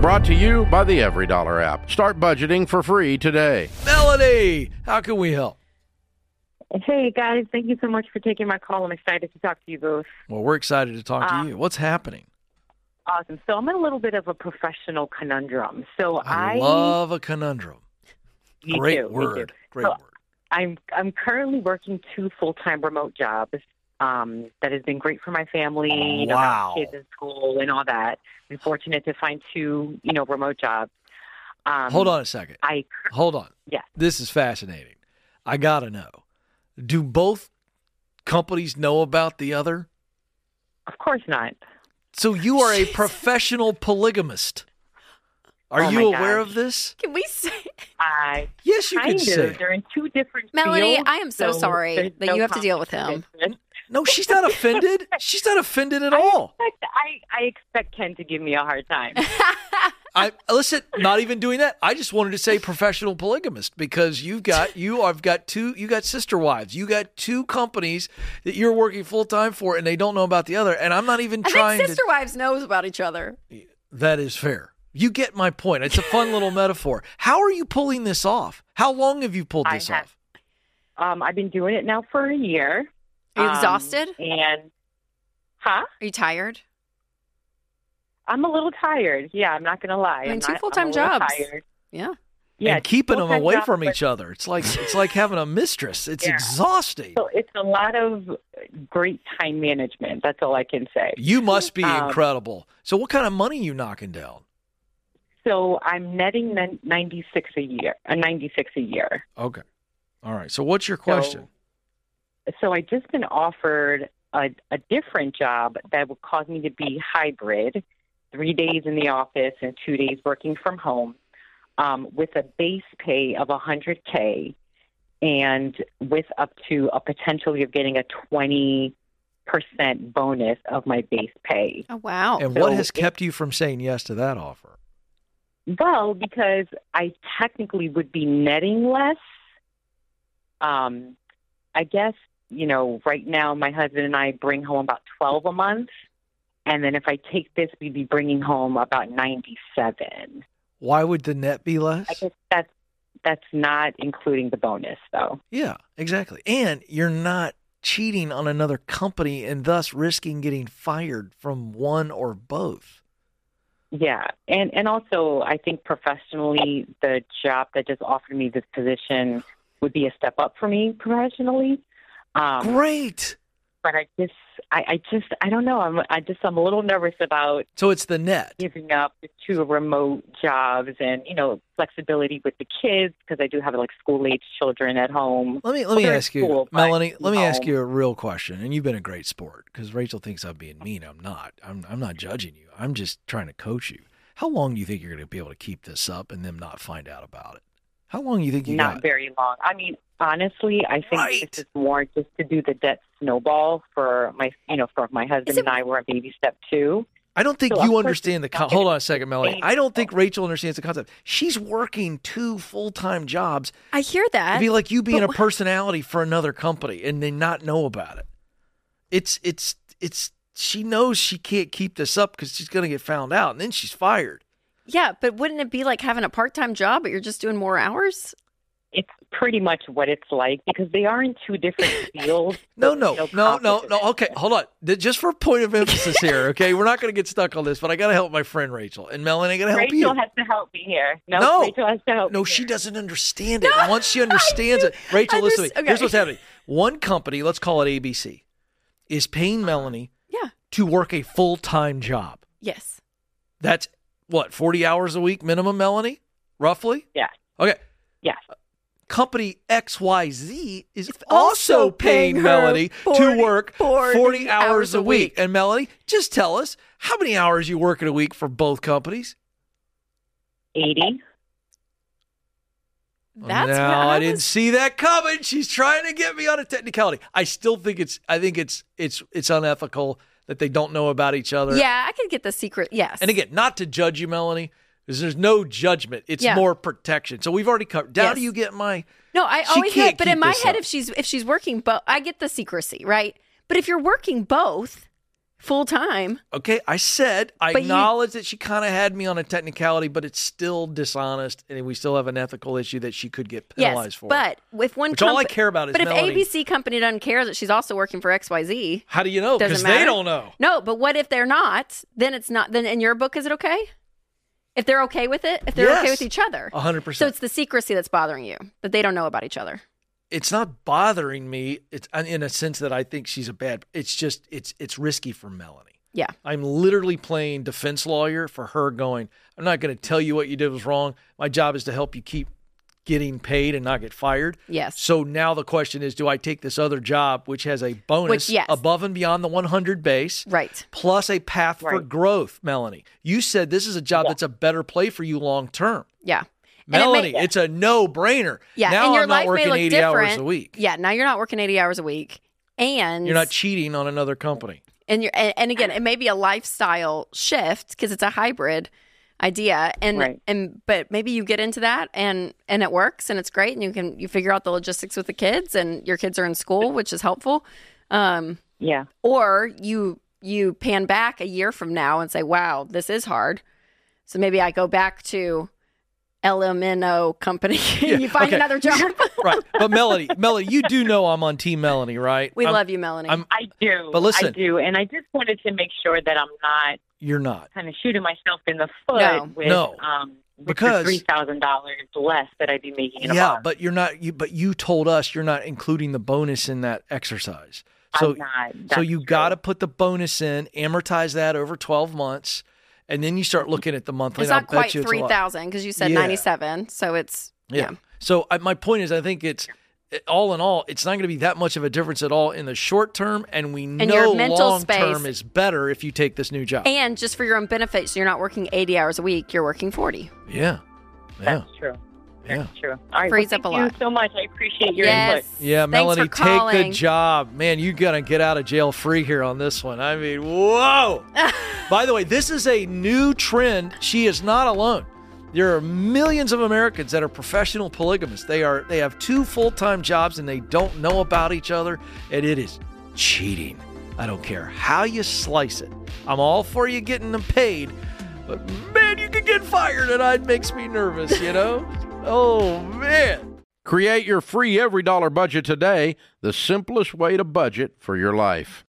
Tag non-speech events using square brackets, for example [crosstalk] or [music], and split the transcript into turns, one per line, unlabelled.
Brought to you by the Every Dollar app. Start budgeting for free today.
Melanie, how can we help?
Hey guys, thank you so much for taking my call. I'm excited to talk to you both.
Well, we're excited to talk
Uh,
to you. What's happening?
Awesome. So I'm in a little bit of a professional conundrum. So
I,
I,
love a conundrum.
Me
Great
too, me too.
word. Great
So,
word.
I'm I'm currently working two full time remote jobs. Um, that has been great for my family. You know,
Wow.
have kids in school and all that. I'm fortunate to find two, you know, remote jobs. Um,
Hold on a second.
I
Hold on.
Yes.
This is fascinating. I got to know. Do both companies know about the other?
of course not.
So you
[laughs]
are a professional polygamist. Are
Oh,
you
my
aware
gosh.
of this?
Can we say? [laughs]
I
Yes, you can
kind
say.
of.
it.
They're in two different
Melanie,
fields,
I am so sorry
there's
that
no
you have to deal with him.
competition.
No, she's not
[laughs]
offended. she's not offended at all.
I, I I expect Ken to give me a hard time. [laughs]
I listen, not even doing that. I just wanted to say professional polygamist because you've got you I've got two you got sister wives. You got two companies that you're working full time for and they don't know about the other. And I'm not even
I
trying
think sister
to
wives knows about each other.
That is fair. You get my point. It's a fun little metaphor. How are you pulling this off? How long have you pulled
I
this
have-
off?
Um, I've been doing it now for a year.
Are you
Um,
exhausted?
And huh?
Are you tired?
I'm a little tired. Yeah, I'm not gonna lie.
I mean,
I'm
two
not-
full-time
I'm a little
jobs.
Tired.
Yeah.
Yeah,
and keeping them
full-time
away
job,
from
but-
each other. It's
[laughs]
like it's like having a mistress. It's
Yeah.
exhausting.
So it's a lot of great time management. That's all I can say.
You must be
Um,
incredible. So what kind of money you knocking down?
So I'm netting nin- 96 a year, a 96 a year.
Okay. All right. So what's your question?
So I just been offered a, a different job that would cause me to be hybrid, three days in the office and two days working from home, um, with a base pay of 100k, and with up to a potentially of getting a 20 percent bonus of my base pay.
Oh wow.
and what
so
has
it-
kept you from saying yes to that offer?
Well, because I technically would be netting less. Um, I guess, you know, right now my husband and I bring home about 12 a month. And then if I take this, we'd be bringing home about 97.
Why would the net be
I
less?
guess that's, that's not including the bonus, though.
Yeah, exactly. And you're not cheating on another company and thus risking getting fired from one or both.
Yeah. And, and also, I think professionally, the job that just offered me this position would be a step up for me professionally. Um,
Great.
but I just, I, I just, I don't know. I'm, I just, I'm a little nervous about
So it's the net.
giving up the two remote jobs and you know flexibility with the kids because I do have like school age children at home.
Let me let me
Well, they're
ask you,
cool, but, um,
Melanie. Let me
you
ask
know.
you a real question. And you've been a great sport because Rachel thinks I'm being mean. I'm not. I'm I'm not judging you. I'm just trying to coach you. How long do you think you're going to be able to keep this up and them not find out about it? How long do you think you
Not
got?
very long. I mean, honestly, I think
Right.
this is more just to do the debt snowball for my, you know, for my husband
Is it-
and I. We're on baby step two.
I don't think
So, of
you
course,
understand the
it's
con-
not
hold
gonna
on a second, Melanie. I don't think Rachel understands the concept. She's working two full time jobs.
I hear that.
It'd be like you being a
but-
personality for another company and then not know about it. It's it's it's she knows she can't keep this up because she's gonna get found out and then she's fired.
yeah, but wouldn't it be like having a part-time job but you're just doing more hours?
It's pretty much what it's like because they are in
[laughs]
two different fields.
No,
so
no,
there's
no, no,
competition.
no. Okay, hold on. Th- Just for point of emphasis here, okay, we're not going to get stuck on this, but I got to help my friend Rachel and Melanie. I got to help
Rachel
you.
has to help me here. No,
No.
Rachel has to
Oh,
help.
No,
me
she
here.
doesn't understand it. And Once
[laughs]
she understands it, Rachel, listen to me.
Underst-
Here's
okay.
what's happening. One company, let's call it ABC, is paying Melanie
Yeah.
to work a full time job.
Yes.
That's what, 40 hours a week minimum, Melanie? Roughly?
Yeah.
Okay. Uh,
Yes.
Company XYZ is
It's
also
also
paying
paying her
Melanie
40
to work 40,
40
hours,
hours
a
a
week.
week.
And Melanie, just tell us how many hours you work in a week for both companies?
80.
That's
Oh, no,
what
I,
I
didn't
was-
see that coming. She's trying to get me on a technicality. I still think it's I think it's it's it's unethical that they don't know about each other.
Yeah, I could get the secret. Yes.
And again, not to judge you, Melanie, because there's no judgment. It's
Yeah.
more protection. So we've already covered. How
Yes.
do you get my?
No, I
She
always
can't
get, but in
keep
my
this
head,
up.
if she's if she's working both, I get the secrecy, right? But if you're working both full time.
Okay, I said I
But you-
acknowledge that she kind of had me on a technicality, but it's still dishonest, and we still have an ethical issue that she could get penalized
Yes,
for.
but with one
Which all I
compa-
care about is
But if
Melanie.
ABC company doesn't care that she's also working for XYZ,
how do you know?
Doesn't
Because they
matter.
don't know.
No, but what if they're not? Then it's not. Then in your book, is it okay? If they're okay with it, if they're okay
Yes.
with each other,
A hundred
so
percent.
it's the secrecy that's bothering you that they don't know about each other.
It's not bothering me. It's uh, in a sense that I think she's a bad. It's just it's it's risky for Melanie.
Yeah.
I'm literally playing defense lawyer for her. Going, I'm not going to tell you what you did was wrong. My job is to help you keep getting paid and not get fired.
Yes.
So now the question is, do I take this other job, which has a bonus
Which, yes.
above and beyond the 100 base,
Right.
plus a path for
Right.
growth, Melanie? You said this is a job that's a better play for you long term.
Yeah. And it may-
Melanie, it's a no brainer.
yeah.
now
and your
I'm not
life may
working
look
80
different.
hours a week.
Yeah. Now you're not working 80 hours a week, and
You're not cheating on another company.
and you're and, and again, it may be a lifestyle shift because it's a hybrid idea and
Right.
and but maybe you get into that and and it works and it's great and you can you figure out the logistics with the kids and your kids are in school which is helpful um
Yeah.
or you you pan back a year from now and say wow this is hard so maybe i go back to lmno company [laughs] you find
okay. [laughs]
another job
Right. But Melanie, [laughs] Melanie, you do know I'm on team Melanie, right?
we
I'm-
love you melanie
I'm-
I do.
But listen-
I do. And I just wanted to make sure that I'm not
You're not.
kind of shooting myself in the foot
No.
with,
No.
um, with
Because-
the $3,000 less that I'd be making in a
Yeah,
month.
but you're not you but you told us you're not including the bonus in that exercise. So
I'm not.
so
That's
you
true.
got to put the bonus in, amortize that over 12 months, and then you start looking at the monthly.
it's
and I'll
not quite
bet you it's a lot.
3000 because you said
Yeah.
97 so it's
Yeah. So I, my point is, I think it's all in all, it's not going to be that much of a difference at all in the short term, and we
your
know
mental
long
space-
term is better if you take this new job.
and just for your own benefit so you're not working 80 hours a week you're working 40
yeah, yeah,
That's true.
yeah.
True. All right.
Frees
well,
up a
thank
lot.
you so much. I appreciate your
yes
input.
Yeah,
Thanks
Melanie,
for
take the
calling.
job. Man, you got to get out of jail free here on this one. I mean,
[laughs]
whoa. By the way, this is a new trend. She is not alone. There are millions of Americans that are professional polygamists. They are they have two full-time jobs and they don't know about each other, and it is cheating. I don't care how you slice it. I'm all for you getting them paid, but man, you could get fired and it makes me nervous, you know?
[laughs]
oh man.
Create your free every dollar budget today, the simplest way to budget for your life.